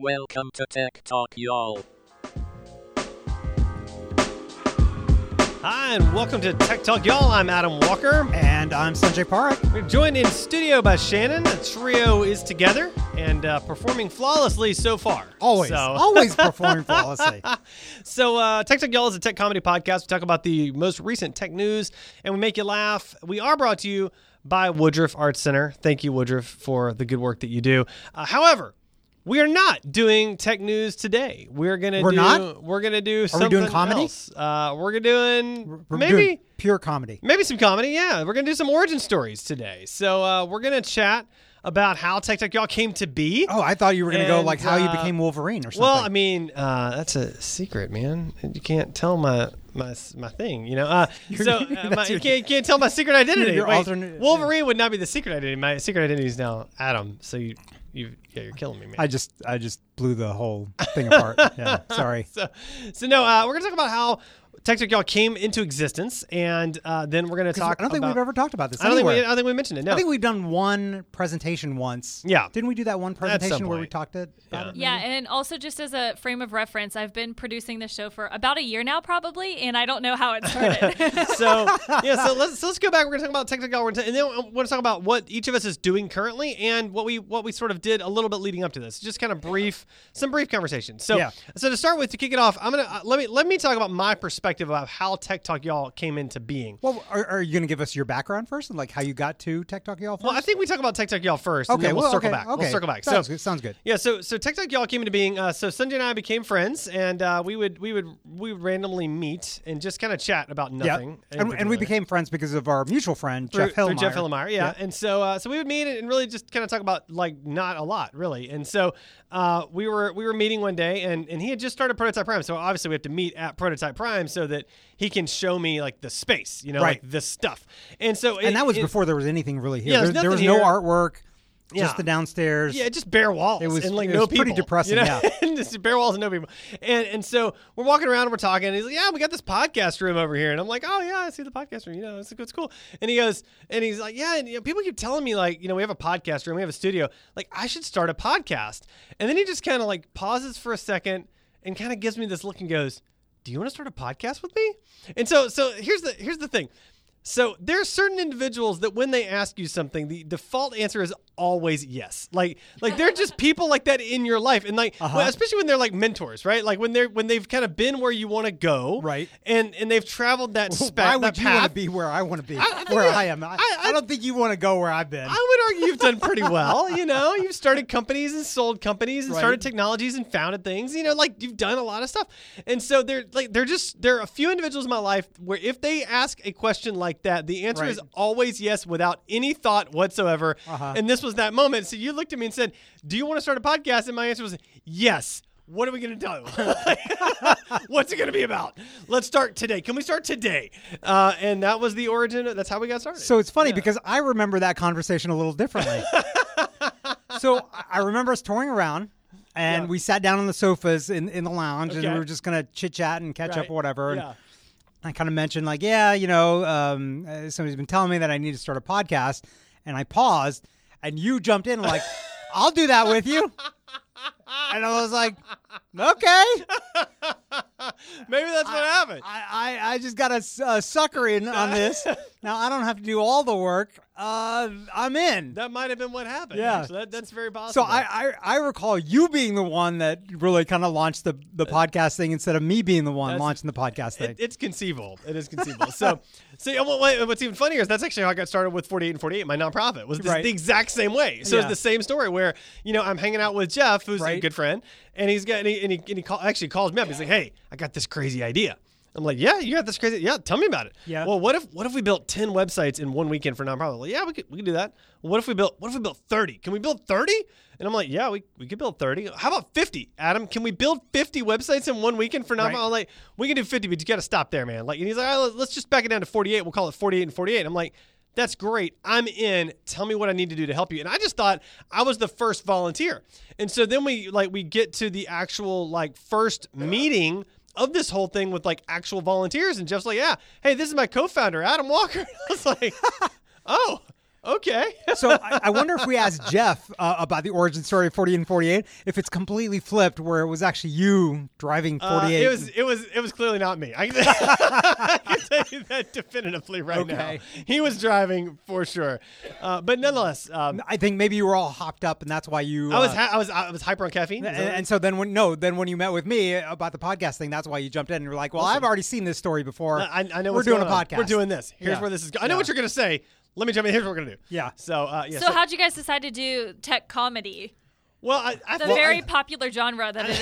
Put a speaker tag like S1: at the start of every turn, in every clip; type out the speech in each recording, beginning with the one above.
S1: Welcome to Tech Talk, y'all.
S2: Hi, and welcome to Tech Talk, y'all. I'm Adam Walker.
S3: And I'm Sanjay Park.
S2: We're joined in studio by Shannon. The trio is together and uh, performing flawlessly so far.
S3: Always,
S2: So,
S3: always performing flawlessly.
S2: so uh, Tech Talk, y'all is a tech comedy podcast. We talk about the most recent tech news and we make you laugh. We are brought to you by Woodruff Arts Center. Thank you, Woodruff, for the good work that you do. Uh, however, we are not doing tech news today. We're gonna
S3: We're
S2: do.
S3: not?
S2: We're gonna do.
S3: Are we
S2: something
S3: doing comedy?
S2: Else. Uh, we're doing
S3: We're
S2: maybe.
S3: doing pure comedy.
S2: Maybe some comedy. Yeah, we're gonna do some origin stories today. So uh, we're gonna chat about how Tech Tech Y'all came to be.
S3: Oh, I thought you were going to go
S2: And,
S3: like how you
S2: uh,
S3: became Wolverine or something.
S2: well, I mean, uh, that's a secret, man. You can't tell my my my thing, you know. Uh, so uh, my,
S3: That's
S2: you
S3: your-
S2: can't, can't tell my secret identity.
S3: your
S2: Wait,
S3: alternate-
S2: Wolverine would not be the secret identity. My secret identity is now Adam. So you you yeah, you're killing me, man.
S3: I just, I just blew the whole thing apart. Yeah, sorry.
S2: so, so no, uh, we're gonna talk about how Tech Tech Y'all came into existence, and uh, then we're gonna
S3: 'Cause
S2: talk.
S3: I don't think
S2: about-
S3: we've ever talked about this
S2: I don't think we, I
S3: anywhere.
S2: don't think we mentioned it. No.
S3: I think we've done one presentation once.
S2: Yeah.
S3: Didn't we do that one
S2: some
S3: presentation where we
S2: point.
S3: talked it- about
S2: Yeah.
S3: it?
S4: Yeah, and also just as a frame of reference, I've been producing this show for about a year now, probably, and I don't know how it started.
S2: So yeah, so let's so let's go back. We're gonna talk about technical, we're gonna- and then I want to talk about what each of us is doing currently and what we what we sort of did a little bit leading up to this. Just kind of brief, some brief conversations. So
S3: Yeah.
S2: so to start with, to kick it off, I'm gonna uh, let me let me talk about my perspective about how Tech Talk y'all came into being.
S3: Well, are, are you going to give us your background first and like how you got to Tech Talk Y'all first?
S2: Well, I think we talk about Tech Talk y'all first. and
S3: okay,
S2: then we'll,
S3: well,
S2: circle
S3: okay,
S2: back.
S3: Okay.
S2: We'll circle back.
S3: Sounds
S2: so
S3: good. Sounds good.
S2: Yeah, so so TikTok y'all came into being. Uh, so Sanjay and I became friends, and uh, we would we would we would randomly meet and just kind of chat about
S3: Yeah.
S2: nothing. in
S3: And, and we
S2: particular.
S3: became friends because of our mutual friend,
S2: through,
S3: Jeff Hillmeyer.
S2: through Jeff Hillemeyer, yeah. And so, uh, so we would meet and really just kind of talk about like not a lot, really. And so, uh, we were we were meeting one day, and and he had just started Prototype Prime, so obviously we have to meet at Prototype Prime so that he can show me like the space, you know,
S3: Right.
S2: like the stuff. And so, it-
S3: and that was
S2: it-
S3: before there was anything really here.
S2: Yeah,
S3: there,
S2: there's
S3: there was
S2: nothing
S3: no
S2: here.
S3: artwork,
S2: Yeah.
S3: just the downstairs.
S2: Yeah, just bare walls.
S3: It was-
S2: and like
S3: it
S2: no
S3: was pretty
S2: people,
S3: depressing,
S2: you know?
S3: yeah.
S2: And just bare walls and no people. And and so we're walking around, and we're talking. And he's like, "Yeah, we got this podcast room over here." And I'm like, "Oh yeah, I see the podcast room. You know, it's, it's cool." And he goes, and he's like, "Yeah." And you know, people keep telling me like, you know, we have a podcast room, we have a studio. Like, I should start a podcast. And then he just kind of like pauses for a second and kind of gives me this look and goes, "Do you want to start a podcast with me?" And so so here's the here's the thing. So there are certain individuals that when they ask you something, the default answer is always yes. Like like they're just people like that in your life, and like
S3: Uh-huh.
S2: well, especially when they're like mentors, right? Like when they're when they've kind of been where you want to go,
S3: Right.
S2: And and they've traveled that spe-
S3: Why
S2: that
S3: would you
S2: path.
S3: want to be where I want to be?
S2: think
S3: where
S2: you-
S3: I am. I,
S2: I- I-
S3: I don't think you want to go where I've been.
S2: I would argue you've done pretty well. You know, you've started companies and sold companies and
S3: Right.
S2: started technologies and founded things. You know, like you've done a lot of stuff. And so there, like, there just there are a few individuals in my life where if they ask a question like that, the answer
S3: Right.
S2: is always yes, without any thought whatsoever.
S3: Uh-huh.
S2: And this was that moment. So you looked at me and said, "Do you want to start a podcast?" And my answer was yes. What are we going to do? What's it going to be about? Let's start today. Can we start today? Uh, and that was the origin. That's how we got started.
S3: so it's funny because I remember that conversation a little differently. so I- I remember us touring around. And
S2: Yeah.
S3: we sat down on the sofas in, in the lounge, and
S2: Okay.
S3: we were just gonna chit chat and catch
S2: Right.
S3: up or whatever. And
S2: Yeah.
S3: I kind of mentioned like, yeah, you know, um, uh, somebody's been telling me that I need to start a podcast, and I paused, and you jumped in like, I'll do that with you, and I was like, okay,
S2: Maybe that's what
S3: I,
S2: happened.
S3: I, I just got a, s- a sucker in on this. Now I don't have to do all the work. Uh, I'm in.
S2: that might have been what happened.
S3: Yeah.
S2: actually. That- that's very
S3: So
S2: possible.
S3: I, I, I recall you being the one that really kind of launched the, the podcast thing instead of me being the one
S2: That's-
S3: launching the podcast thing.
S2: It- it's conceivable. It is conceivable. so, so yeah, well, wait, what's even funnier is that's actually how I got started with 48 and 48, my nonprofit, was this,
S3: Right.
S2: the exact same way. So it's
S3: Yeah.
S2: the same story where, you know, I'm hanging out with Jeff, who's a
S3: Right.
S2: good friend, and he's got, and he, and he, and he call, actually calls me up. He's like, hey, I got this crazy idea. I'm like, yeah, you got this crazy. Yeah, tell me about it.
S3: Yeah.
S2: Well, what if what if we built ten websites in one weekend for nonprofit? Like, yeah, we could we could do that. What if we built what if we built thirty? Can we build thirty? And I'm like, yeah, we, we could build thirty. How about fifty, Adam? Can we build fifty websites in one weekend for nonprofit?
S3: Right.
S2: I'm like, we can do fifty, but you got to stop there, man. Like, and he's like, All right, let's just back it down to forty eight. We'll call it forty eight and forty eight. I'm like. That's great. I'm in. Tell me what I need to do to help you. And I just thought I was the first volunteer. And so then we like we get to the actual like first meeting of this whole thing with like actual volunteers. And Jeff's like, yeah, hey, this is my co-founder, Adam Walker. I was like, oh, okay.
S3: So I, I wonder if we asked Jeff uh, about the origin story of 40 and 48, if it's completely flipped, where it was actually you driving 48.
S2: Uh, it was it was it was clearly not me. I can, I can tell you that definitively right
S3: Okay.
S2: now. He was driving for sure, uh, but nonetheless, um,
S3: I think maybe you were all hopped up, and that's why you.
S2: I was
S3: uh,
S2: ha- I was I was hyper on caffeine. Is
S3: and,
S2: that-
S3: and so then when no, then when you met with me about the podcast thing, that's why you jumped in. and You're like, well, I've already seen this story before.
S2: Uh, I, I know
S3: we're
S2: what's
S3: doing
S2: going
S3: a
S2: on.
S3: podcast.
S2: We're doing this. Here's
S3: Yeah.
S2: where this is. Go- I know what you're gonna say. Let me jump in. Here's what we're gonna do.
S3: Yeah.
S2: So uh, yeah.
S4: So, how'd you guys decide to do tech comedy?
S2: well, I, I
S4: The
S2: well,
S4: very
S2: I-
S4: popular genre that it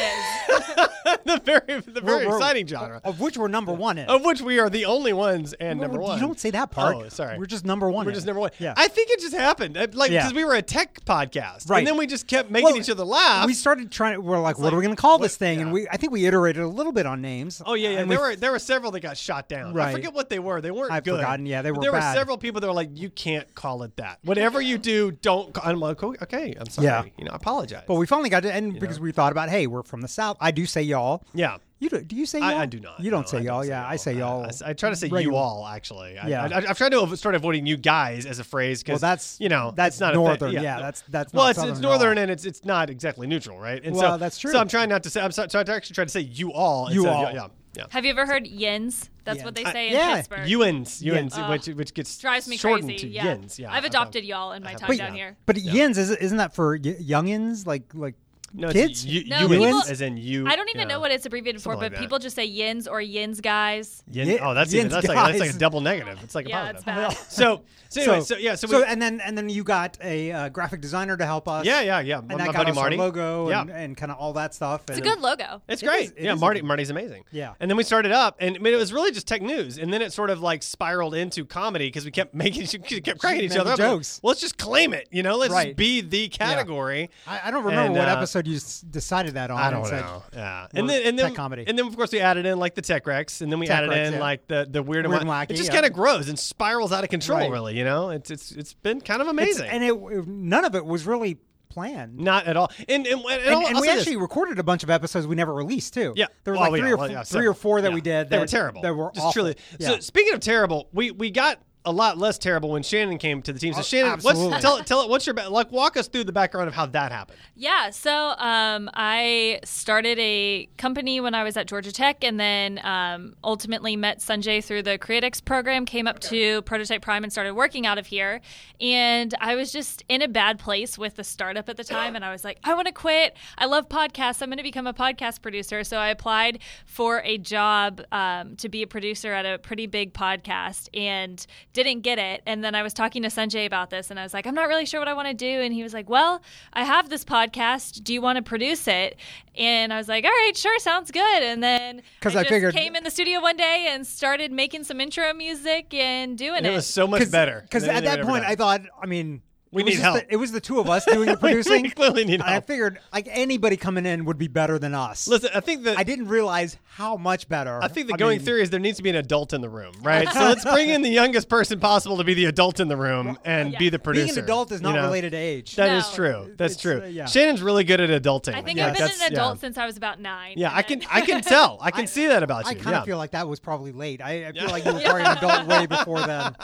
S4: is.
S2: the very the
S3: We're-
S2: very
S3: we're- Oh,
S2: exciting genre
S3: of which we're number one in.
S2: of which we are the only ones and
S3: Well,
S2: number one.
S3: You don't say that part.
S2: Oh, sorry.
S3: We're just number one.
S2: We're
S3: in
S2: just
S3: it.
S2: number one.
S3: Yeah.
S2: I think it just happened. Uh, Like,
S3: Yeah.
S2: because we were a tech podcast.
S3: Right.
S2: And then we just kept making
S3: Well,
S2: each other laugh.
S3: we started trying. We're like, what are we going to call this thing? And
S2: yeah.
S3: we, I think we iterated a little bit on names.
S2: Oh yeah, yeah.
S3: And
S2: there
S3: we-
S2: were there were several that got shot down. I
S3: Right.
S2: forget what they were. They weren't
S3: I've
S2: good.
S3: forgotten. Yeah, they
S2: But
S3: were
S2: There were
S3: bad.
S2: several people that were like, "You can't call it that. Whatever you do, don't." Call. I'm like, "Oh, "Okay, I'm sorry.
S3: Yeah.
S2: You know, I apologize."
S3: But we finally got to end because we thought about, hey, we're from the south. I do say y'all.
S2: yeah,
S3: You do? Do you say y'all?
S2: I, I do not.
S3: You don't
S2: No,
S3: say
S2: I
S3: y'all. yeah, I say y'all.
S2: I s- I, try to say you
S3: Regular-
S2: all. Actually, I,
S3: Yeah.
S2: I, have tried to av- start avoiding you guys as a phrase because
S3: Well, that's
S2: you know
S3: that's
S2: it's not
S3: northern.
S2: A thing.
S3: yeah,
S2: no.
S3: that's that's
S2: well,
S3: not
S2: it's, it's
S3: southern at all.
S2: northern and it's it's not exactly neutral, right? And so
S3: Well, that's true.
S2: So I'm trying not to say. I'm so, so I actually tried to say you all.
S3: You
S2: instead
S3: all.
S2: Of, yeah, yeah.
S4: Have you ever heard yins? That's what they
S3: Yens.
S4: say in
S3: Yeah.
S4: Pittsburgh.
S2: Ewens, Ewens,
S4: Ugh.
S2: which which gets
S4: drives me
S2: shortened to
S4: crazy. yeah.
S2: yens. Yeah, uh,
S4: I've
S2: I- I-
S4: adopted y'all in my time
S3: Wait,
S4: down here.
S3: But yins is, isn't that for y- youngins like like
S2: No, It's
S3: kids?
S2: you,
S4: No,
S2: Ewens,
S4: people-
S2: as in you.
S4: I don't even
S2: yeah.
S4: know what it's abbreviated for,
S2: Something like
S4: but
S2: that.
S4: people just say yins or yins guys.
S2: Yen,
S3: Ye-
S2: oh, that's even,
S3: yens,
S2: that's like that's like
S3: guys.
S2: a double negative. It's like a
S4: Yeah,
S2: positive.
S4: it's bad.
S2: So so anyway, so, yeah, so, we,
S3: and then and then you got a uh, graphic designer to help us.
S2: yeah, yeah, yeah.
S3: And
S2: my
S3: that got
S2: buddy
S3: us
S2: Marty.
S3: our logo
S2: yeah.
S3: and, and kind of all that stuff.
S4: It's a good logo.
S2: It's
S3: It
S2: great.
S3: is- it
S2: yeah,
S3: is
S2: Marty
S3: good.
S2: Marty's amazing.
S3: Yeah.
S2: And then we started up and I mean, it was really just tech news and then it sort of like spiraled into comedy because we kept making we kept cracking each
S3: Making
S2: other up.
S3: jokes.
S2: Well, let's just claim it, you know? Let's
S3: Right.
S2: just be the category.
S3: I, I don't remember
S2: And,
S3: what
S2: uh,
S3: episode you s- decided that on.
S2: I don't
S3: It's like-
S2: know. yeah,
S3: Well,
S2: and then and
S3: tech
S2: then
S3: comedy.
S2: and then of course we added in like the tech wrecks, and then we
S3: Tech
S2: added
S3: wrecks,
S2: in
S3: yeah.
S2: like the the weird,
S3: Weird
S2: and
S3: and
S2: wacky. It
S3: wacky,
S2: just
S3: yeah.
S2: kind of grows and spirals out of control.
S3: Right.
S2: Really, you know, it's it's it's been kind of
S3: it's-
S2: amazing.
S3: And it, it- none of it was really planned.
S2: Not at all. And and, and,
S3: And,
S2: I'll-
S3: and
S2: I'll
S3: we
S2: say this.
S3: actually recorded a bunch of episodes we never released too.
S2: Yeah,
S3: there were
S2: Oh,
S3: like
S2: yeah,
S3: three or
S2: well,
S3: f-
S2: yeah,
S3: three or
S2: several.
S3: four that
S2: Yeah.
S3: we did.
S2: They
S3: that,
S2: were terrible.
S3: That were
S2: just
S3: awful.
S2: truly.
S3: Yeah.
S2: So speaking of terrible, we we got a lot less terrible when Shannon came to the team. So
S3: Oh,
S2: Shannon,
S3: absolutely.
S2: what's tell tell it what's your ba- like walk us through the background of how that happened.
S4: Yeah, so um, I started a company when I was at Georgia Tech, and then um, ultimately met Sanjay through the Creatix program. Came up to Prototype Prime and started working out of here. And I was just in a bad place with the startup at the time, and I was like, I want to quit. I love podcasts. I'm going to become a podcast producer. So I applied for a job um, to be a producer at a pretty big podcast, and didn't get it. And then I was talking to Sanjay about this, and I was like, I'm not really sure what I want to do. And he was like, Well, I have this podcast. Do you want to produce it? And I was like, All right, sure, sounds good. And then
S3: 'Cause I
S4: just
S3: figured-
S4: came in the studio one day and started making some intro music and doing
S2: And
S4: it.
S2: it was so much better
S3: Because
S2: than
S3: at
S2: anything
S3: that
S2: we'd ever
S3: point,
S2: done.
S3: I thought, I mean,
S2: We
S3: it was
S2: need
S3: just the-
S2: help.
S3: it was the two of us doing the
S2: We
S3: producing.
S2: clearly need
S3: And I
S2: help.
S3: figured like anybody coming in would be better than us.
S2: Listen, I think that
S3: I didn't realize how much better.
S2: I think the going
S3: mean,
S2: theory is there needs to be an adult in the room, right? so let's bring in the youngest person possible to be the adult in the room and be the producer.
S3: being an adult is
S2: you
S3: not
S2: know?
S3: related to age.
S2: That is
S4: No.
S2: true. That's
S3: It's,
S2: true.
S3: uh, yeah.
S2: Shannon's really good at adulting.
S4: I think
S2: Like,
S4: I've been
S2: that's-
S4: an adult
S2: yeah.
S4: since I was about nine.
S2: Yeah,
S4: And
S2: I can
S4: then-
S2: I can tell. I can see that about you.
S3: I kind of
S2: yeah.
S3: feel like that was probably late. I, I feel like you were probably an adult way before then.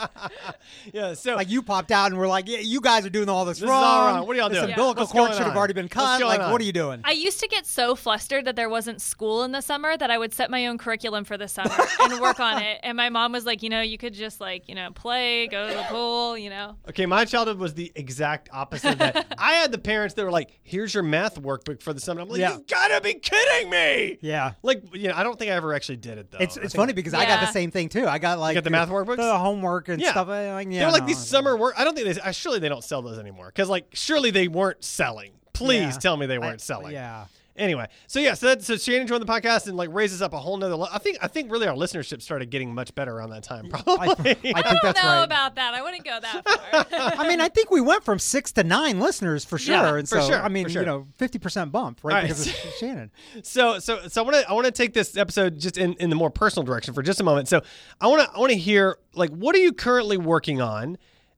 S2: yeah, so
S3: Like you popped out and were like, "Yeah, you guys are doing all this,
S2: This is
S3: wrong.
S2: all wrong. What are y'all
S3: this
S2: doing?
S3: umbilical
S2: What's
S3: cord
S2: going
S3: should have
S2: on?
S3: already been
S2: What's
S3: cut.
S2: going
S3: Like,
S2: on?
S3: what are you doing?"
S4: I used to get so flustered that there wasn't school in the summer that I would set my own curriculum for the summer and work on it. And my mom was like, you know, you could just like, you know, play, go to the pool, you know.
S2: Okay, my childhood was the exact opposite of that. I had the parents that were like, "Here's your math workbook for the summer." I'm like,
S3: Yeah.
S2: "You gotta be kidding me!"
S3: yeah.
S2: Like, you know, I don't think I ever actually did it though.
S3: It's
S2: I
S3: it's
S2: think-
S3: funny because I got the
S4: Yeah.
S3: same thing too. I got like
S2: got the math workbooks?
S3: the homework and
S2: Yeah.
S3: stuff. I- Like, yeah,
S2: They're like
S3: no,
S2: these
S3: I-
S2: summer work. I don't think they. I surely they don't sell those anymore. Because like, surely they weren't selling. Please
S3: Yeah.
S2: tell me they
S3: I-
S2: weren't selling.
S3: Yeah,
S2: Anyway, so yeah, so that so Shannon joined the podcast and like raises up a whole nother. Le- I think I think really our listenership started getting much better around that time.
S3: I,
S2: Probably.
S3: I think
S4: I don't
S3: that's
S4: know
S3: right.
S4: about that. I wouldn't go that far.
S3: I mean, I think we went from six to nine listeners for sure,
S2: Yeah,
S3: and
S2: for
S3: so
S2: sure,
S3: I mean,
S2: for sure.
S3: you know, fifty percent bump, right?
S2: All right.
S3: Because of Shannon.
S2: So so so I want to I want to take this episode just in, in the more personal direction for just a moment. So I want to I want to hear like what are you currently working on,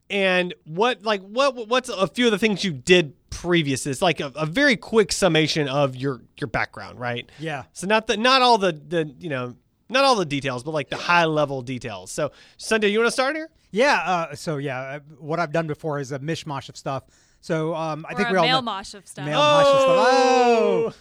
S2: and what like what what's a few of the things you did previous? It's like a, a very quick summation of your your background, right?
S3: Yeah.
S2: So not the not all the the you know. not all the details, but like the high level details. So Sunday, you want to start here?
S3: Yeah. Uh, so yeah, uh, what I've done before is a mishmash of stuff. So um, I
S4: Or
S3: think
S4: a
S3: we all
S4: male
S3: know-
S4: mosh of stuff.
S3: Male mosh of stuff.
S2: Oh.
S3: Oh.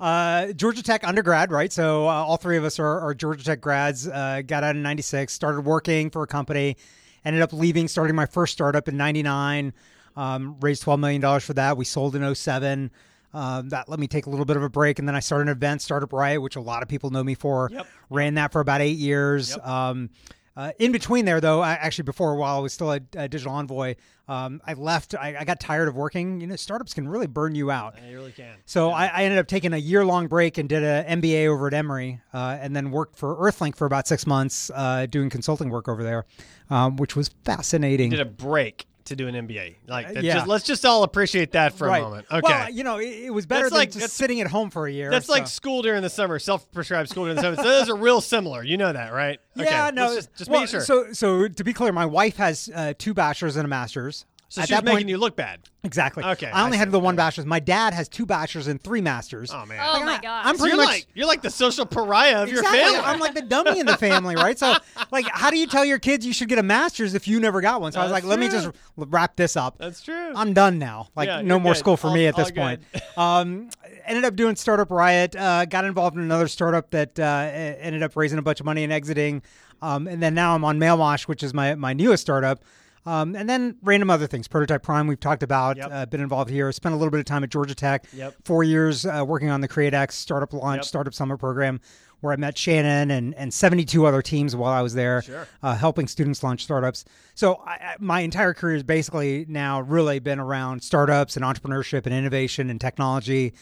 S3: Uh, Georgia Tech undergrad, right? So uh, all three of us are, are Georgia Tech grads. Uh, got out in '96, started working for a company, ended up leaving, starting my first startup in '99. Um, raised twelve million dollars for that. We sold in 07. Um, that let me take a little bit of a break, and then I started an event, Startup Riot, which a lot of people know me for.
S2: Yep.
S3: Ran that for about eight years. Um, uh, in between there, though, I, actually before while I was still a, a digital envoy, um, I left. I, I got tired of working. You know, startups can really burn you out.
S2: You really can.
S3: So I, I ended up taking a year long break and did an MBA over at Emory, uh, and then worked for Earthlink for about six months uh, doing consulting work over there, um, which was fascinating.
S2: Did a break to do an MBA. Like, that
S3: yeah.
S2: just, let's just all appreciate that for
S3: right.
S2: a moment. Okay.
S3: Well, you know, it, it was better
S2: That's
S3: than
S2: like- that's-
S3: just sitting at home for a year.
S2: That's
S3: so-
S2: like school during the summer, self-prescribed school during the summer. So those are real similar. You know that, right?
S3: yeah,
S2: okay.
S3: no.
S2: let's Just, just
S3: well,
S2: make sure. So,
S3: So, so to be clear, my wife has uh, two bachelors and a master's. at
S2: she's
S3: that
S2: making
S3: point,
S2: you look bad.
S3: exactly.
S2: Okay,
S3: I only
S2: I
S3: had
S2: see.
S3: the one bachelor's. My dad has two bachelors and three masters.
S2: Oh man.
S4: Oh
S3: Like,
S4: my
S3: I'm-
S4: gosh.
S3: I'm
S2: So
S3: pretty
S2: you're
S3: much-
S2: like you're like the social pariah of
S3: exactly.
S2: your family.
S3: I'm like the dummy in the family, right? So, like, how do you tell your kids you should get a master's if you never got one? So I was
S2: That's
S3: like, let me
S2: true.
S3: just wrap this up.
S2: That's true.
S3: I'm done now. Like,
S2: Yeah,
S3: no
S2: you're
S3: more
S2: good.
S3: school for
S2: All-
S3: me at
S2: all
S3: this
S2: good.
S3: point. Um, ended up doing Startup Riot. Uh, got involved in another startup that uh, e- ended up raising a bunch of money and exiting. Um, and then now I'm on MailMosh, which is my my newest startup. Um, and then random other things. Prototype Prime, we've talked about.
S2: Yep.
S3: Uh, been involved here. Spent a little bit of time at Georgia Tech.
S2: Yep.
S3: Four years uh, working on the CreateX startup launch,
S2: Yep.
S3: startup summer program, where I met Shannon and, and 72 other teams while I was there
S2: Sure.
S3: uh, helping students launch startups. So I, I, my entire career has basically now really been around startups and entrepreneurship and innovation and technology.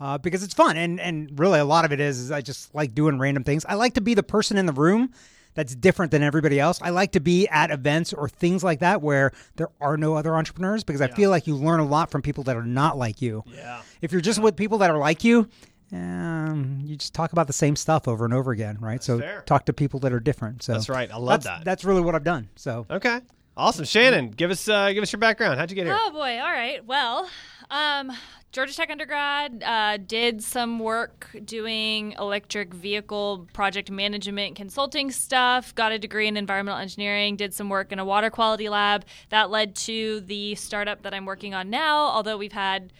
S3: Uh, because it's fun, and and really a lot of it is, is I just like doing random things. I like to be the person in the room that's different than everybody else. I like to be at events or things like that where there are no other entrepreneurs because I feel like you learn a lot from people that are not like you.
S2: yeah.
S3: If you're just with people that are like you, um, you just talk about the same stuff over and over again, right? so
S2: fair.
S3: talk to people that are different. So
S2: That's right. I love
S3: that's,
S2: that.
S3: That's really what I've done. So
S2: Okay. Awesome. Shannon, give us uh, give us your background. How'd you get here?
S4: Oh boy! All right. Well, um, Georgia Tech undergrad uh, did some work doing electric vehicle project management consulting stuff. Got a degree in environmental engineering. Did some work in a water quality lab. That led to the startup that I'm working on now. Although we've had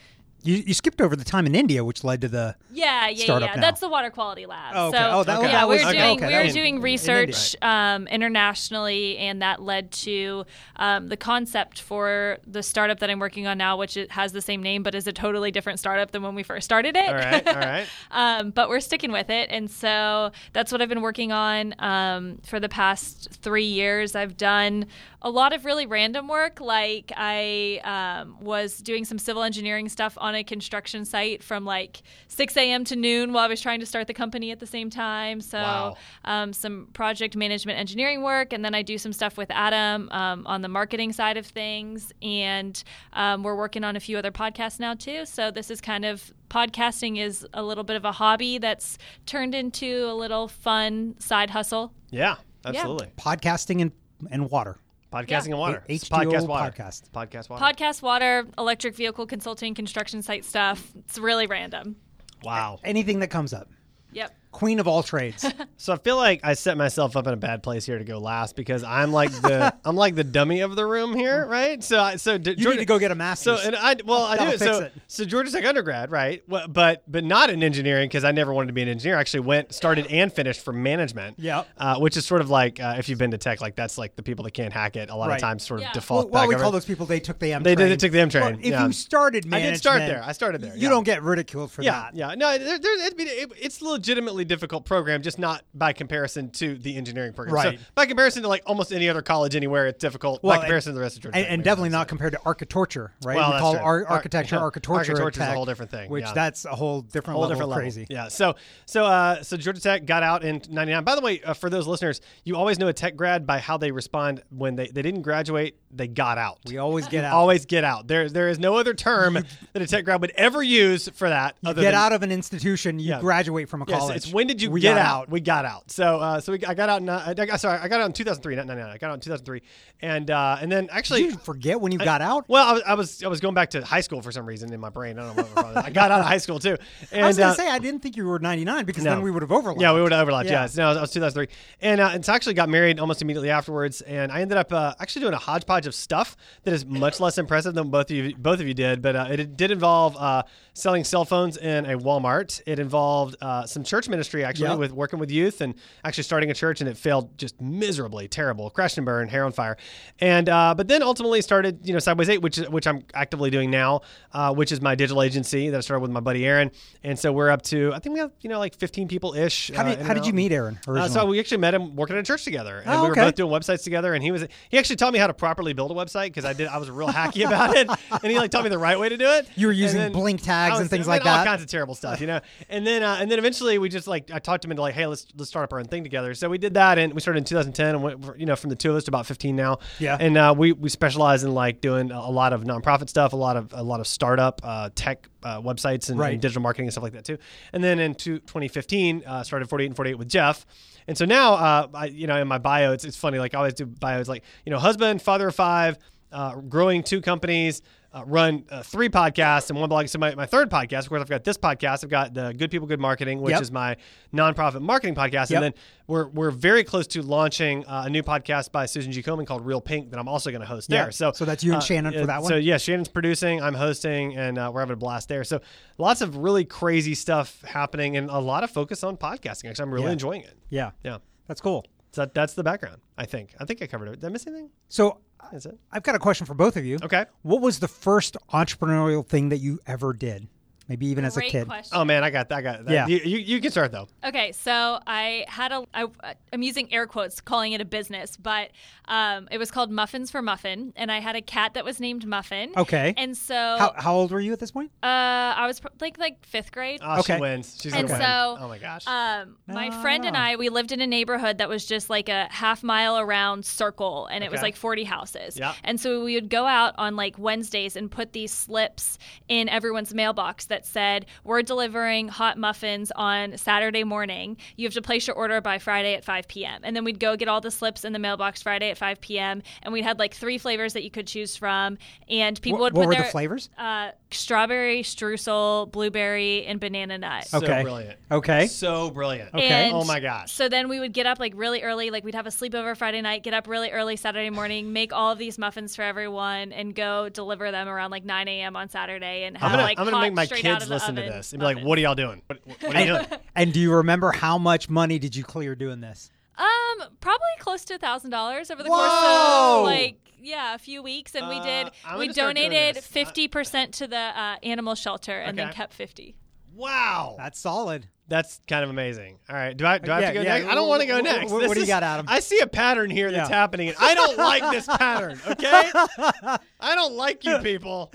S3: you, you skipped over the time in India, which led to the
S4: yeah, yeah,
S3: Startup
S4: yeah.
S3: now.
S4: That's the water quality lab.
S3: Oh, okay.
S4: So
S3: Oh, that-
S2: okay.
S4: yeah,
S2: that
S4: we
S2: was-
S4: were
S2: okay,
S4: doing
S2: okay,
S4: we
S2: that
S4: were
S2: was in-
S4: doing
S3: in
S4: research um, internationally, and that led to um, the concept for the startup that I'm working on now, which it has the same name but is a totally different startup than when we first started it.
S2: All right. All right.
S4: um, but we're sticking with it, and so that's what I've been working on um, for the past three years. I've done a lot of really random work, like I um, was doing some civil engineering stuff on a construction site from like 6 a.m. to noon while I was trying to start the company at the same time. So
S2: Wow.
S4: um, some project management engineering work, and then I do some stuff with Adam um, on the marketing side of things. And um, we're working on a few other podcasts now, too. So this is kind of podcasting is a little bit of a hobby that's turned into a little fun side hustle.
S2: Yeah. Absolutely.
S3: podcasting and and water.
S2: Podcasting
S4: Yeah.
S2: and water.
S3: H-
S2: It's podcast
S3: H2O
S2: water.
S3: podcast.
S2: It's podcast water.
S4: Podcast, water, electric vehicle consulting, construction site stuff. It's really random.
S2: wow.
S3: Anything that comes up.
S4: Yep.
S3: Queen of all trades.
S2: So I feel like I set myself up in a bad place here to go last because I'm like the I'm like the dummy of the room here, right? So I so d-
S3: You
S2: Jordan-
S3: need to go get a
S2: So
S3: master's.
S2: and uh, I well I do
S3: That'll fix
S2: so
S3: it.
S2: so Georgia Tech undergrad right Wha- but but not in engineering because I never wanted to be an engineer I actually went started and finished for management
S3: Yep.
S2: uh, which is sort of like uh, if you've been to tech like that's like the people that can't hack it a lot
S3: Right.
S2: of times sort of
S4: Yeah.
S2: default
S3: well, well,
S2: back
S3: we
S2: over.
S3: call those people they took the M.
S2: They did-
S3: train.
S2: they took the M train,
S3: Well, if
S2: yeah.
S3: you started
S2: I
S3: management,
S2: did start there. I started there,
S3: You
S2: yeah.
S3: don't get ridiculed for that.
S2: Yeah, yeah. No, there, there, it'd be, it, it's a legitimately difficult program, just not by comparison to the engineering program.
S3: Right.
S2: So by comparison to like almost any other college anywhere, it's difficult.
S3: Well,
S2: by comparison to the rest of Georgia
S3: and,
S2: Tech,
S3: and
S2: maybe
S3: definitely
S2: that's
S3: not
S2: it.
S3: compared to architecture, right?
S2: Well,
S3: we
S2: that's
S3: call
S2: true.
S3: ar-
S2: Ar-
S3: architecture
S2: yeah.
S3: architecture. at
S2: Architecture's a
S3: Tech,
S2: whole different thing,
S3: Which
S2: yeah.
S3: that's a whole different
S2: whole
S3: level
S2: different
S3: of
S2: level.
S3: crazy.
S2: Yeah. So so uh, so Georgia Tech got out in '99. By the way, uh, for those listeners, you always know a tech grad by how they respond when they they didn't graduate. They got out.
S3: We always get out.
S2: Always get out. There, there is no other term that a tech grad would ever use for that. other
S3: get
S2: than,
S3: out of an institution, you
S2: Yeah.
S3: graduate from a
S2: Yes,
S3: college.
S2: it's
S3: much.
S2: When did you
S3: we
S2: get
S3: got
S2: out? We got out. So uh, so we, I got out. In, uh, I got, sorry, I got out in 2003, not 99. I got out in 2003, and uh, and then actually.
S3: Did you forget when you got out?
S2: well, I was, I was I was going back to high school for some reason in my brain. I don't know what was wrong. I got out of high school too. And,
S3: I was going
S2: uh,
S3: to say I didn't think you were 99 because
S2: no.
S3: then we would have overlapped.
S2: Yeah, we would have overlapped. Yeah,
S3: Yeah.
S2: no, I was 2003, and uh, and so I actually got married almost immediately afterwards, and I ended up uh, actually doing a hodgepodge of stuff that is much less impressive than both of you both of you did, but uh, it did involve uh, selling cell phones in a Walmart. It involved uh, some church ministry actually
S3: Yeah.
S2: with working with youth and actually starting a church, and it failed just miserably, terrible, crashed and burned, hair on fire, and uh, but then ultimately started you know Sideways Eight, which is- which I'm actively doing now, uh, which is my digital agency that I started with my buddy Aaron, and so we're up to I think we have you know like 15 people ish
S3: How
S2: uh,
S3: did,
S2: in
S3: how
S2: and
S3: did you
S2: out.
S3: meet Aaron
S2: Uh,
S3: originally?
S2: so we actually met him working at a church together, and
S3: Oh,
S2: we were
S3: okay.
S2: both doing websites together. And he was he actually taught me how to properly build a website because I did I was real hacky about it, and he like taught me the right way to do it.
S3: You were
S2: And
S3: using
S2: then
S3: blink
S2: I
S3: tags and
S2: was
S3: things
S2: doing
S3: like
S2: All
S3: that.
S2: kinds of terrible stuff, you know. And then uh, and then eventually we just like I talked him into like, hey, let's let's start up our own thing together. So we did that, and we started in 2010, and went, you know from the two of us to about 15 now.
S3: Yeah.
S2: And uh, we we specialize in like doing a a lot of nonprofit stuff, a lot of a lot of startup uh, tech uh, websites and,
S3: Right.
S2: and digital marketing and stuff like that too. And then in two- 2015, uh, started 48 and 48 with Jeff. And so now, uh, I, you know, in my bio, it's, it's funny. Like I always do bios, like you know, husband, father of five, uh, growing two companies. Uh, run uh, three podcasts and one blog. So my, my third podcast, of course, I've got this podcast. I've got the Good People Good Marketing, which
S3: Yep.
S2: is my nonprofit marketing podcast,
S3: Yep.
S2: and then we're we're very close to launching uh, a new podcast by Susan G. Komen called Real Pink that I'm also going to host
S3: Yeah.
S2: there. So
S3: So that's you and Shannon for
S2: uh,
S3: that
S2: So
S3: one?
S2: yeah, Shannon's producing, I'm hosting, and uh, we're having a blast there. So lots of really crazy stuff happening, and a lot of focus on podcasting. Actually, I'm really
S3: Yeah.
S2: enjoying it.
S3: yeah,
S2: Yeah,
S3: that's cool.
S2: so that, that's the background. I think I think I covered it. Did I miss anything?
S3: So
S2: That's it.
S3: I've got a question for both of you.
S2: Okay.
S3: What was the first entrepreneurial thing that you ever did? Maybe even as a
S4: Great
S3: kid.
S4: question.
S2: Oh man, I got that. I got that.
S3: Yeah.
S2: You, you, you can start though.
S4: Okay, so I had a. I, I'm using air quotes, calling it a business, but um, it was called Muffins for Muffin, and I had a cat that was named Muffin.
S3: Okay.
S4: and so
S3: How, how old were you at this point?
S4: uh, I was pro- like like fifth grade.
S2: Oh,
S3: Okay.
S2: she wins. She's
S4: And
S2: gonna
S4: so,
S2: win. Oh my gosh.
S4: Um, my
S3: No,
S4: friend
S3: no.
S4: and I, we lived in a neighborhood that was just like a half mile around circle, and it was
S2: Okay.
S4: like 40 houses.
S2: Yeah.
S4: And so we would go out on like Wednesdays and put these slips in everyone's mailbox that said, "We're delivering hot muffins on Saturday morning. You have to place your order by Friday at 5 p.m." And then we'd go get all the slips in the mailbox Friday at 5 p.m. And we had like three flavors that you could choose from, and people
S3: Wh-
S4: would
S3: what
S4: put
S3: were
S4: their
S3: the flavors?
S4: Uh, strawberry, streusel, blueberry, and banana nut.
S2: so
S3: okay.
S2: brilliant.
S3: Okay.
S2: So brilliant.
S3: Okay.
S4: And
S2: oh my gosh.
S4: So then we would get up like really early, like we'd have a sleepover Friday night, get up really early Saturday morning, make all of these muffins for everyone, and go deliver them around like 9 a.m. on Saturday, and
S2: I'm
S4: have
S2: gonna,
S4: like
S2: I'm gonna
S4: hot,
S2: make my
S4: straight out of
S2: kids
S4: the
S2: listen to
S4: oven
S2: this and be like,
S4: muffins.
S2: "What are y'all doing? What, what, what are you doing?"
S3: And do you remember how much money did you clear doing this?
S4: Um, probably close to a thousand dollars over the
S2: Whoa!
S4: course of like. Yeah, a few weeks, and we
S2: Uh,
S4: did.
S2: I'm
S4: we
S2: gonna start doing
S4: donated
S2: this. I-
S4: fifty percent to the uh, animal shelter, and then
S2: Okay.
S4: kept fifty.
S2: Wow,
S3: That's solid.
S2: that's kind of amazing. All right, do I do I have
S3: Yeah,
S2: to go
S3: yeah.
S2: next? I don't want to go
S3: Wh- wh-
S2: next.
S3: wh- what
S2: This
S3: do you
S2: is-
S3: got, Adam?
S2: I see a pattern here that's
S3: Yeah.
S2: happening, and I don't like this pattern. Okay, I don't like you people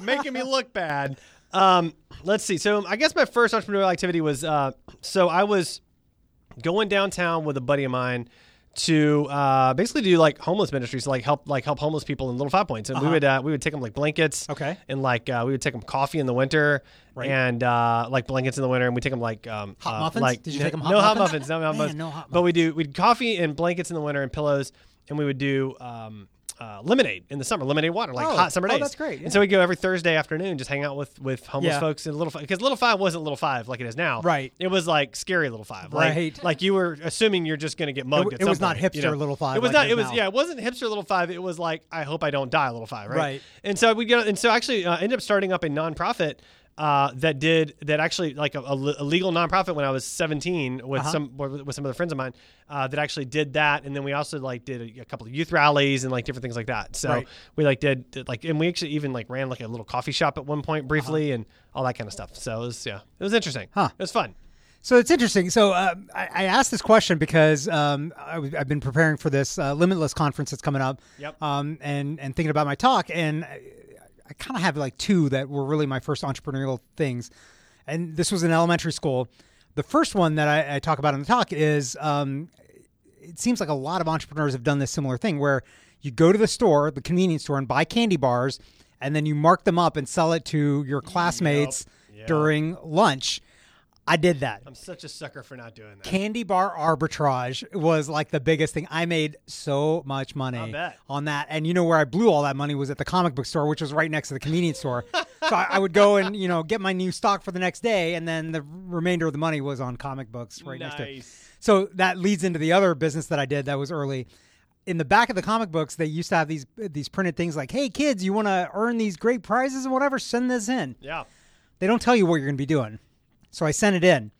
S2: making me look bad. Um, let's see. So I guess my first entrepreneurial activity was uh, so I was going downtown with a buddy of mine to uh, basically do like homeless ministries, like help like help homeless people in Little Five Points, and we would uh, we would take them like blankets,
S3: Uh-huh. Okay.
S2: and like uh, we would take them coffee in the winter,
S3: Right.
S2: and uh, like blankets in the winter, and we take them like um,
S3: Hot
S2: uh,
S3: muffins?
S2: like
S3: Did you take 'em hot
S2: no hot muffins,
S3: muffins?
S2: no hot
S3: Man,
S2: muffins,
S3: no hot
S2: but we do we'd coffee and blankets in the winter and pillows, and we would do. Um, uh, lemonade in the summer, lemonade water, like
S3: Oh.
S2: hot summer
S3: Oh,
S2: days.
S3: that's great, yeah.
S2: And so we go every Thursday afternoon, just hang out with with homeless
S3: Yeah.
S2: folks in Little Five, because Little Five wasn't Little Five like it is now.
S3: Right.
S2: It was like scary Little Five. Like,
S3: Right.
S2: Like you were assuming you're just going to get mugged.
S3: It w-
S2: at
S3: it
S2: some
S3: was not
S2: point, you
S3: hipster
S2: know?
S3: Little Five
S2: It was
S3: like
S2: not.
S3: it
S2: It was
S3: is now.
S2: yeah. It wasn't hipster Little Five. It was like I hope I don't die Little Five. Right.
S3: Right.
S2: And so we get and so actually uh, ended up starting up a nonprofit. Uh, that did that actually like a, a le- a legal nonprofit when I was 17
S3: Uh-huh.
S2: with some with with some of the friends of mine uh, that actually did that and then we also like did a, a couple of youth rallies and like different things like that so
S3: Right.
S2: we like did, did, like and we actually even like ran like a little coffee shop at one
S3: Uh-huh.
S2: point briefly and all that kind of stuff so it was yeah it was interesting
S3: Huh.
S2: it was fun
S3: So it's interesting. So um, I, I asked this question because um, I, w- I've been preparing for this uh, Limitless conference that's coming up,
S2: Yep.
S3: um, and and thinking about my talk, and I, I kind of have like two that were really my first entrepreneurial things, and this was in elementary school. The first one that I, I talk about in the talk is um, it seems like a lot of entrepreneurs have done this similar thing where you go to the store, the convenience store, and buy candy bars, and then you mark them up and sell it to your classmates
S2: Yep.
S3: during lunch. I did that.
S2: I'm such a sucker for not doing that.
S3: Candy bar arbitrage was like the biggest thing. I made so much money
S2: I bet.
S3: on that. And you know where I blew all that money was at the comic book store, which was right next to the convenience store. so I, I would go and, you know, get my new stock for the next day. And then the remainder of the money was on comic books right next to it.
S2: Nice.
S3: So that leads into the other business that I did that was early. In the back of the comic books, they used to have these these printed things like, "Hey kids, you want to earn these great prizes and whatever? Send this in."
S2: Yeah.
S3: They don't tell you what you're going to be doing. So I sent it in.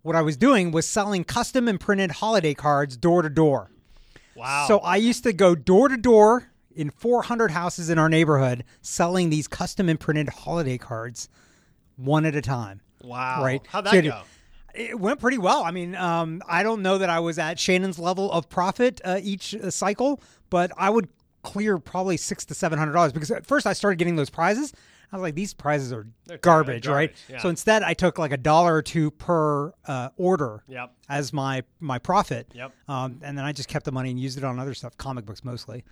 S3: What I was doing was selling custom and printed holiday cards door to door.
S2: Wow.
S3: So I used to go door to door in 400 houses in our neighborhood selling these custom and printed holiday cards one at a time.
S2: wow.
S3: right.
S2: How'd that
S3: So you-
S2: go?
S3: It went pretty well. I mean, um, I don't know that I was at Shannon's level of profit uh, each uh, cycle, but I would clear probably six to seven hundred dollars because at first I started getting those prizes. I was like, these prizes are
S2: They're
S3: garbage,
S2: garbage,
S3: right?
S2: yeah.
S3: So instead, I took like a dollar or two per uh, order
S2: Yep.
S3: as my my profit.
S2: Yep.
S3: Um, and then I just kept the money and used it on other stuff, comic books mostly.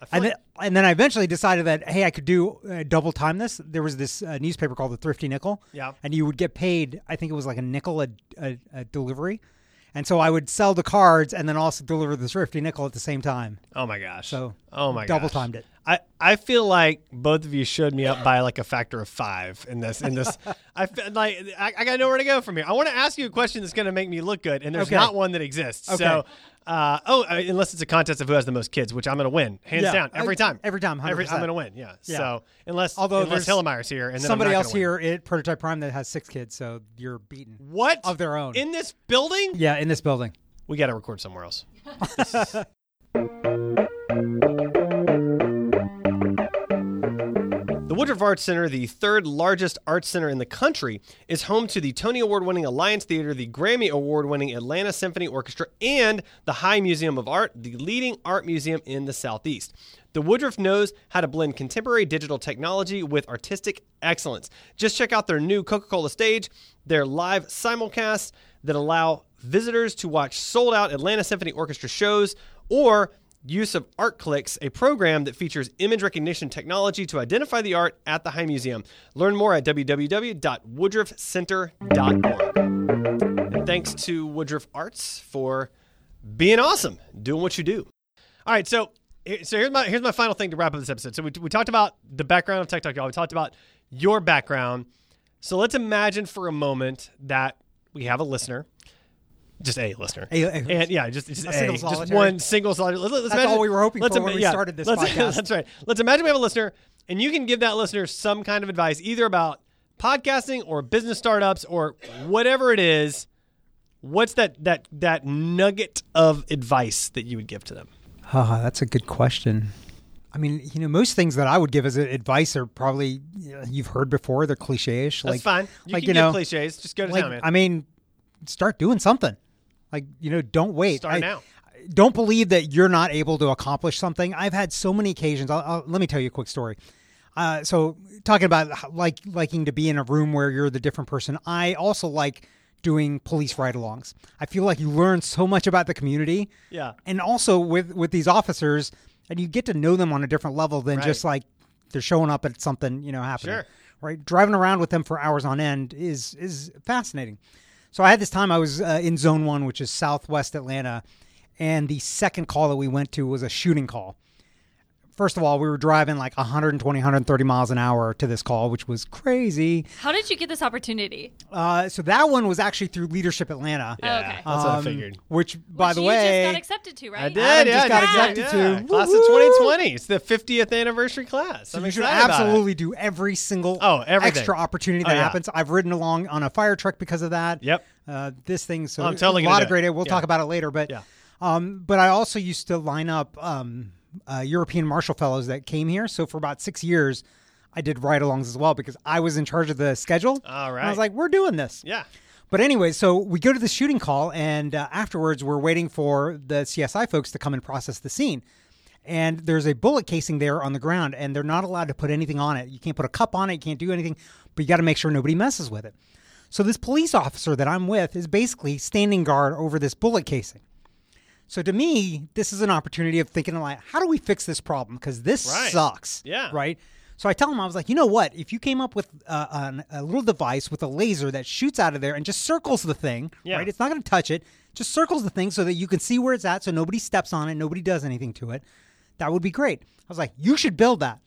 S2: I feel
S3: And
S2: like-
S3: then, and then I eventually decided that hey, I could do uh, double time this. There was this uh, newspaper called the Thrifty Nickel,
S2: Yeah.
S3: and you would get paid. I think it was like a nickel a, a, a delivery, and so I would sell the cards and then also deliver the Thrifty Nickel at the same time.
S2: oh my gosh.
S3: So
S2: oh my
S3: double
S2: gosh.
S3: timed it.
S2: I, I feel like both of you showed me up by like a factor of five in this in this I feel like I, I got nowhere to go from here. I want to ask you a question that's going to make me look good, and there's
S3: Okay.
S2: not one that exists. So,
S3: Okay.
S2: uh, oh, uh, unless it's a contest of who has the most kids, which I'm going to win hands
S3: Yeah.
S2: down every
S3: Uh,
S2: time.
S3: every time,
S2: Every I'm
S3: 100%.
S2: going to win. Yeah.
S3: Yeah.
S2: So unless
S3: Although
S2: unless
S3: there's
S2: Hillmeyer's here and then I'm
S3: Somebody
S2: not
S3: else
S2: gonna win.
S3: here at Prototype Prime that has six kids, so you're beaten.
S2: What
S3: Of their own.
S2: in this building?
S3: Yeah, in this building.
S2: We got to record somewhere else. The Woodruff Arts Center, the third largest arts center in the country, is home to the Tony Award winning Alliance Theater, the Grammy Award winning Atlanta Symphony Orchestra, and the High Museum of Art, the leading art museum in the Southeast. The Woodruff knows how to blend contemporary digital technology with artistic excellence. Just check out their new Coca Cola stage, their live simulcasts that allow visitors to watch sold out Atlanta Symphony Orchestra shows or use of ArtClix, a program that features image recognition technology to identify the art at the High Museum. Learn more at www.woodruffcenter.org. And thanks to Woodruff Arts for being awesome, doing what you do. All right, so here- so here's my here's my final thing to wrap up this episode. So we, we talked about the background of Tech Talk, y'all. We talked about your background. So let's imagine for a moment that we have a listener, just a listener,
S3: A- a-
S2: and yeah, just just,
S3: A
S2: a,
S3: single
S2: just
S3: solitary.
S2: one single solitary. Let's, let's
S3: That's
S2: imagine-
S3: all we were hoping
S2: let's
S3: for when we started this
S2: let's,
S3: podcast.
S2: That's right. Let's imagine we have a listener, and you can give that listener some kind of advice, either about podcasting or business startups or whatever it is. What's that that that nugget of advice that you would give to them?
S3: Ah, that's a good question. I mean, you know, most things that I would give as a- advice are probably yeah, you've heard before. They're cliche-ish.
S2: That's
S3: like,
S2: fine. You
S3: like
S2: can give
S3: you know,
S2: cliches. Just go to
S3: like,
S2: town, man.
S3: I mean, start doing something. Like you know, don't wait.
S2: Start
S3: I-
S2: now.
S3: Don't believe that you're not able to accomplish something. I've had so many occasions. I'll, I'll, let me tell you a quick story. Uh, so talking about h- like liking to be in a room where you're the different person. I also like doing police ride-alongs. I feel like you learn so much about the community.
S2: Yeah.
S3: And also with with these officers, and you get to know them on a different level than
S2: Right.
S3: just like they're showing up at something you know happening
S2: Sure.
S3: right? Driving around with them for hours on end is is fascinating. So I had this time I was uh, in Zone One, which is Southwest Atlanta, and the second call that we went to was a shooting call. First of all, we were driving like 120, 130 miles an hour to this call, which was crazy.
S4: How did you get this opportunity?
S3: Uh, so that one was actually through Leadership Atlanta,
S2: yeah, Uh,
S4: okay.
S2: that's what I
S3: um,
S2: figured.
S3: Which, by
S4: Which
S3: the
S4: you
S3: way,
S4: just got accepted to, right?
S2: I did.
S3: Adam
S2: yeah,
S3: just got
S2: I did.
S3: accepted
S2: Yeah.
S3: to.
S2: class of
S3: Woo-hoo!
S2: 2020. It's the 50th anniversary class.
S3: So
S2: I'm
S3: you should
S2: excited about it.
S3: absolutely do every single
S2: Oh, everything.
S3: extra opportunity that
S2: Oh, yeah.
S3: happens. I've ridden along on a fire truck because of that.
S2: Yep. Oh,
S3: Uh, this thing. So
S2: I'm totally
S3: a
S2: gonna
S3: lot
S2: do
S3: of great.
S2: it.
S3: We'll
S2: Yeah.
S3: talk about it later. But
S2: Yeah.
S3: um, but I also used to line up um, uh, European Marshall Fellows that came here. So for about six years, I did ride-alongs as well because I was in charge of the schedule.
S2: All
S3: And I
S2: right.
S3: was like, we're doing this.
S2: Yeah.
S3: But anyway, so we go to the shooting call, and uh, afterwards we're waiting for the CSI folks to come and process the scene. And there's a bullet casing there on the ground, and they're not allowed to put anything on it. You can't put a cup on it, you can't do anything, but you got to make sure nobody messes with it. So this police officer that I'm with is basically standing guard over this bullet casing. So to me, this is an opportunity of thinking like, how do we fix this problem? Because this
S2: Right.
S3: sucks.
S2: Yeah.
S3: Right. So I tell him, I was like, you know what? If you came up with uh, an, a little device with a laser that shoots out of there and just circles the thing,
S2: Yeah.
S3: right? It's not going to touch it, just circles the thing so that you can see where it's at, so nobody steps on it, nobody does anything to it. That would be great. I was like, you should build that.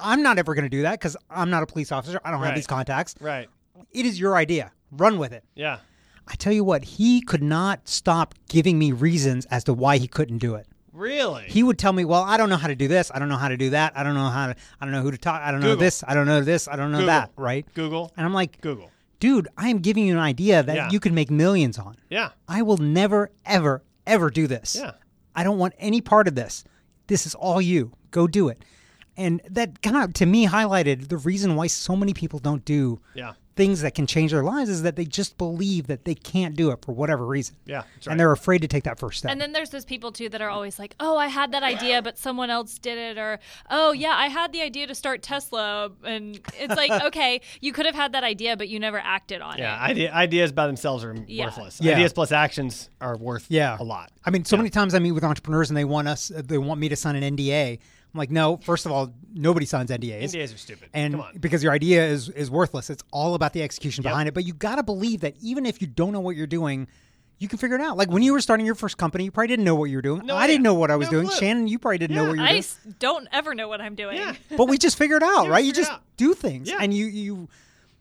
S3: I'm not ever going to do that because I'm not a police officer. I don't
S2: Right.
S3: have these contacts.
S2: Right.
S3: It is your idea. Run with it.
S2: Yeah.
S3: I tell you what, he could not stop giving me reasons as to why he couldn't do it.
S2: Really?
S3: He would tell me, "Well, I don't know how to do this. I don't know how to do that. I don't know how to. I don't know who to talk. I don't know
S2: Google.
S3: this. I don't know this. I don't know
S2: Google.
S3: that." Right?
S2: Google.
S3: And I'm like,
S2: Google.
S3: "Dude, I am giving you an idea that
S2: Yeah.
S3: you could make millions on.
S2: Yeah.
S3: I will never, ever, ever do this.
S2: Yeah.
S3: I don't want any part of this. This is all you. Go do it." And that kind of to me highlighted the reason why so many people don't do
S2: Yeah.
S3: things that can change their lives is that they just believe that they can't do it for whatever reason.
S2: Yeah. That's right.
S3: And they're afraid to take that first step.
S4: And then there's those people too that are always like, "Oh, I had that idea, but someone else did it," or "Oh, yeah, I had the idea to start Tesla," and it's like, okay, you could have had that idea, but you never acted on
S2: yeah.
S4: it.
S2: Idea, ideas by themselves are
S4: Yeah.
S2: worthless.
S3: Yeah.
S2: Ideas plus actions are worth
S3: yeah.
S2: a lot.
S3: I mean, so many times I meet with entrepreneurs and they want us they want me to sign an NDA. I'm like, "No, first of all, nobody signs NDAs."
S2: NDAs are stupid.
S3: and
S2: Come on.
S3: because your idea is is worthless. It's all about the execution behind it, but you got to believe that even if you don't know what you're doing, you can figure it out. Like when you were starting your first company, you probably didn't know what you were doing.
S2: No
S3: I didn't
S2: idea.
S3: know what I was
S2: No
S3: doing.
S2: clue.
S3: Shannon, you probably didn't know
S2: Yeah,
S3: what you were
S4: I
S3: doing.
S4: s- don't ever know what I'm doing.
S2: Yeah.
S3: but we just figure it out,
S2: Yeah, we
S3: right? You
S2: figure it
S3: just
S2: out.
S3: do things,
S2: Yeah.
S3: and you you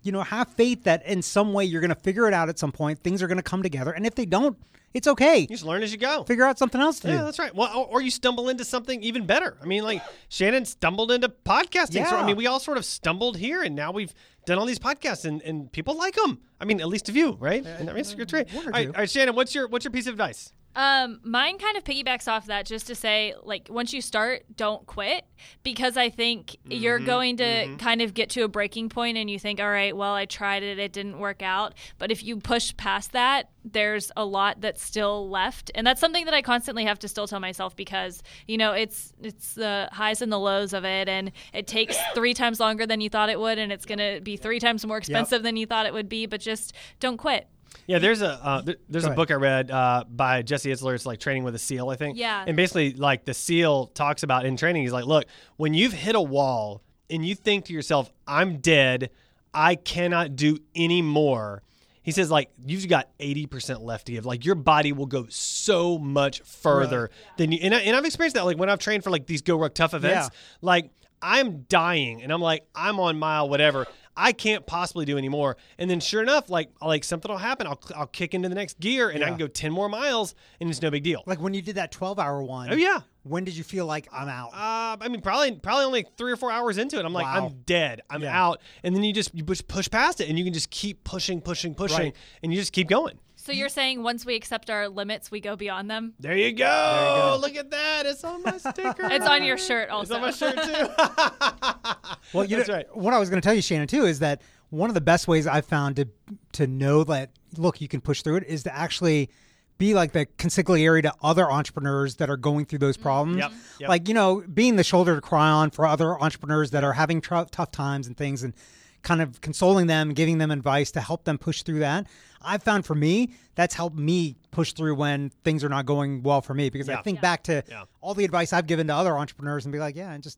S3: you know have faith that in some way you're going to figure it out at some point. Things are going to come together, and if they don't, it's okay.
S2: You just learn as you go.
S3: Figure out something else to
S2: Yeah,
S3: do.
S2: that's right. Well, or, or you stumble into something even better. I mean, like Shannon stumbled into podcasting. So, I
S3: Yeah.
S2: mean, we all sort of stumbled here, and now we've done all these podcasts, and, and people like them. I mean, at least a few, right? And I mean, it's a good trait. All
S3: Uh, one or
S2: right,
S3: two.
S2: all right, Shannon, what's your what's your piece of advice?
S4: Um, mine kind of piggybacks off that just to say, like, once you start, don't quit because I think you're going to kind of get to a breaking point and you think, all right, well, I tried it, it didn't work out. But if you push past that, there's a lot that's still left, and that's something that I constantly have to still tell myself because you know it's it's the highs and the lows of it, and it takes three times longer than you thought it would, and it's going to be three times more expensive than you thought it would be. But just don't quit.
S2: Yeah, there's a uh, th- there's
S3: Go
S2: a
S3: ahead.
S2: book I read uh, by Jesse Itzler. It's like training with a seal, I think.
S4: Yeah.
S2: And basically, like the seal talks about in training, he's like, look, when you've hit a wall and you think to yourself, I'm dead, I cannot do any more. He says, like, you've got 80% left to give. Like, your body will go so much further than you. And, I, and I've experienced that. Like, when I've trained for like these Go Ruck Tough events,
S3: Yeah.
S2: like I'm dying and I'm like I'm on mile whatever. I can't possibly do anymore. And then sure enough, like like something will happen. I'll I'll kick into the next gear and I can go 10 more miles and it's no big deal.
S3: Like when you did that twelve-hour one.
S2: Oh, yeah.
S3: When did you feel like I'm out?
S2: Uh, I mean, probably probably only three or four hours into it, I'm like,
S3: Wow.
S2: I'm dead, I'm
S3: Yeah.
S2: out, and then you just you push push past it, and you can just keep pushing, pushing, pushing,
S3: Right.
S2: and you just keep going.
S4: So you're saying once we accept our limits, we go beyond them?
S2: There you go. Look at that. It's on my sticker.
S4: It's on your shirt
S2: It's
S4: also.
S2: on my shirt too.
S3: Well, you
S2: That's
S3: know,
S2: right.
S3: What I was going to tell you, Shannon, too, is that one of the best ways I've found to to know that look you can push through it is to actually be like the consigliere to other entrepreneurs that are going through those problems.
S2: Mm. Yep, yep.
S3: Like you know, being the shoulder to cry on for other entrepreneurs that are having tr- tough times and things, and kind of consoling them, giving them advice to help them push through that. I've found for me that's helped me push through when things are not going well for me because
S2: Yeah.
S3: I think back to
S2: Yeah.
S3: all the advice I've given to other entrepreneurs and be like, yeah, and just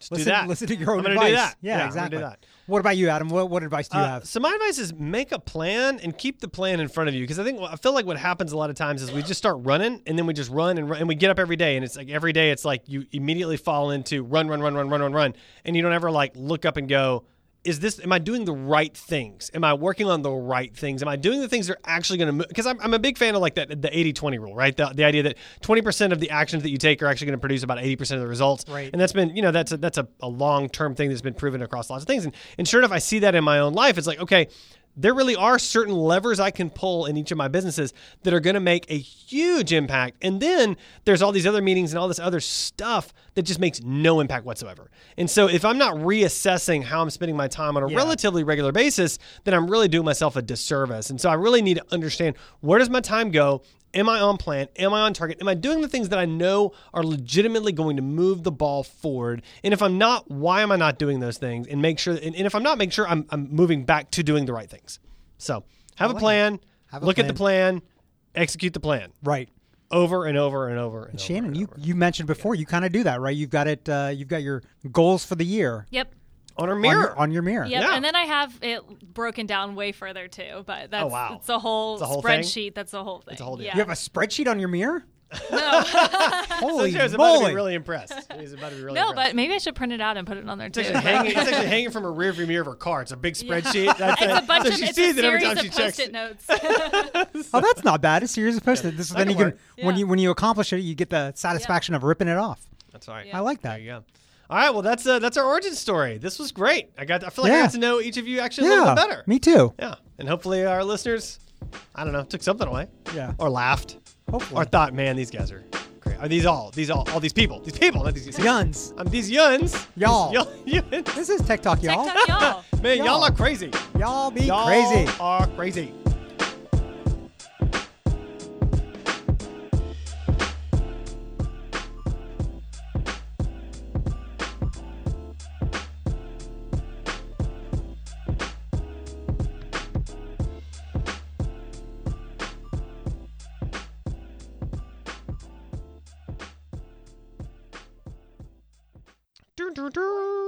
S2: do
S3: listen,
S2: that.
S3: listen to your own
S2: I'm gonna do
S3: advice.
S2: that. Yeah,
S3: Yeah,
S2: I'm gonna do
S3: exactly.
S2: that.
S3: What about you, Adam? What, what advice do you
S2: Uh,
S3: have?
S2: So my advice is make a plan and keep the plan in front of you because I think I feel like what happens a lot of times is we just start running and then we just run and run and we get up every day and it's like every day it's like you immediately fall into run run run run run run run and you don't ever like look up and go is this am I doing the right things? Am I working on the right things? Am I doing the things that are actually going to because I'm, I'm a big fan of like that the 80-20 rule, right? The, the idea that 20% of the actions that you take are actually going to produce about 80% of the results.
S3: Right.
S2: And that's been, you know, that's a, that's a, a long term thing that's been proven across lots of things. And, and sure enough, I see that in my own life. It's like, okay, there really are certain levers I can pull in each of my businesses that are going to make a huge impact. And then there's all these other meetings and all this other stuff that just makes no impact whatsoever. And so if I'm not reassessing how I'm spending my time on a relatively regular basis, then I'm really doing myself a disservice. And so I really need to understand where does my time go Am I on plan? Am I on target? Am I doing the things that I know are legitimately going to move the ball forward? And if I'm not, why am I not doing those things? And make sure, and, and if I'm not, make sure I'm, I'm moving back to doing the right things. So have a plan,
S3: Have a
S2: look at the plan, execute the plan.
S3: right.
S2: over and over and over. And over
S3: Shannon,
S2: and
S3: you,
S2: over.
S3: you mentioned before you kind of do that, right? You've got it. Uh, you've got your goals for the year
S4: Yep.
S2: on her
S3: on your-
S2: mirror.
S3: on your mirror.
S4: Yep.
S2: Yeah. Oh,
S4: And then I have it broken down way further too, but that's
S2: wow.
S4: it's a whole,
S2: It's a whole thing?
S4: spreadsheet. That's a whole thing.
S2: a whole deal.
S4: yeah.
S3: You have a spreadsheet on your mirror.
S4: no,
S3: Holy
S2: Sanjay was about to
S3: moly!
S2: be really impressed. He's about to be really
S4: no,
S2: impressed.
S4: but maybe I should print it out and put it on there too.
S2: It's actually, hanging, it's actually hanging from her rearview mirror of her car. It's a big spreadsheet. That's
S4: It's a
S2: it.
S4: bunch
S2: so
S4: of
S2: she
S4: it's
S2: sees
S4: a
S2: it every
S4: series
S2: time
S4: of
S2: she checks.
S4: post-it notes.
S3: oh, that's not bad. It's serious post it. This
S2: That
S3: then you
S2: can
S3: can
S2: work.
S3: when
S4: Yeah.
S3: you when you accomplish it, you get the satisfaction of ripping it off.
S2: That's all right.
S4: Yeah.
S3: I like
S2: There
S3: that.
S2: you go. All right. Well, that's uh, that's our origin story. This was great. I got. I feel like I
S3: Yeah.
S2: got to know each of you actually a
S3: Yeah,
S2: little bit better.
S3: me too.
S2: Yeah. And hopefully our listeners, I don't know, took something away.
S3: Yeah.
S2: Or laughed.
S3: Hopefully.
S2: Or thought, man, these guys are great. Are these all? These all? All these people? These people? Not these
S3: Guns,
S2: Um, these yuns.
S3: Y'all.
S2: Y'all. yuns.
S3: this is Tech Talk, y'all.
S4: TikTok, y'all.
S2: Man, y'all.
S3: Y'all.
S2: are crazy.
S3: Y'all be
S2: Y'all
S3: crazy.
S2: are crazy. Dun, dun, dun.